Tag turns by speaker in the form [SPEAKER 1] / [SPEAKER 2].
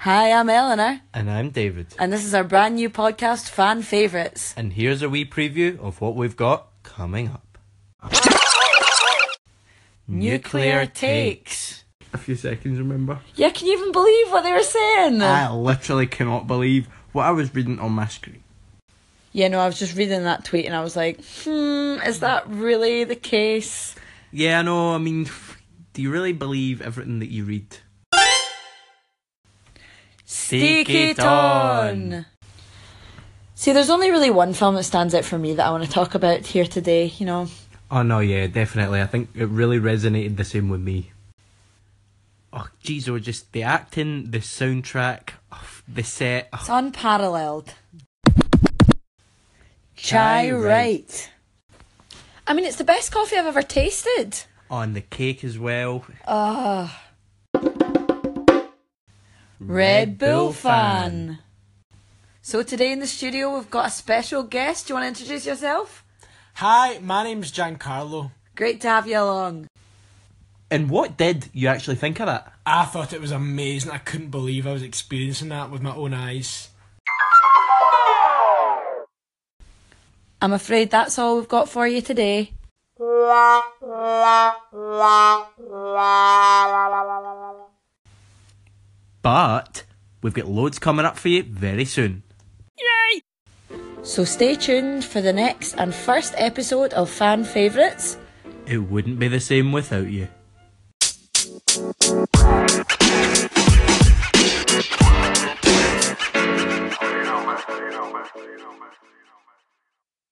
[SPEAKER 1] Hi, I'm Eleanor,
[SPEAKER 2] And I'm David.
[SPEAKER 1] and this is our brand new podcast, Fan Favourites.
[SPEAKER 2] And here's a wee preview of what we've got coming up. A few seconds, remember?
[SPEAKER 1] Yeah, can you even believe what they were saying?
[SPEAKER 2] I literally cannot believe what I was reading on my screen.
[SPEAKER 1] yeah, no, I was just reading that tweet and I was like, hmm, is that really the case?
[SPEAKER 2] Yeah, I know, I mean, do you really believe everything that you read?
[SPEAKER 1] Sticky Ton. See, there's only really one film that stands out for me that I want to talk about here today, you know.
[SPEAKER 2] Oh, no, yeah, definitely. I think it really resonated the same with me. Oh, jeez, or just the acting, the soundtrack, oh, the set. oh,
[SPEAKER 1] It's unparalleled. Chai
[SPEAKER 2] Chai Wright.
[SPEAKER 1] Wright. I mean, it's the best coffee I've ever tasted.
[SPEAKER 2] Oh, and the cake as well.
[SPEAKER 1] Ah, Red Bull fan. So today in the studio we've got a special guest. Do you want to introduce yourself?
[SPEAKER 3] Hi, my name's Giancarlo.
[SPEAKER 1] Great to have you along.
[SPEAKER 2] And what did you actually think of that?
[SPEAKER 3] I thought it was amazing. I couldn't believe I was experiencing that with my own eyes.
[SPEAKER 1] I'm afraid that's all we've got for you today.
[SPEAKER 2] But we've got loads coming up for you very soon.
[SPEAKER 1] So stay tuned for the next and first episode of Fan Favourites.
[SPEAKER 2] It wouldn't be the same without you.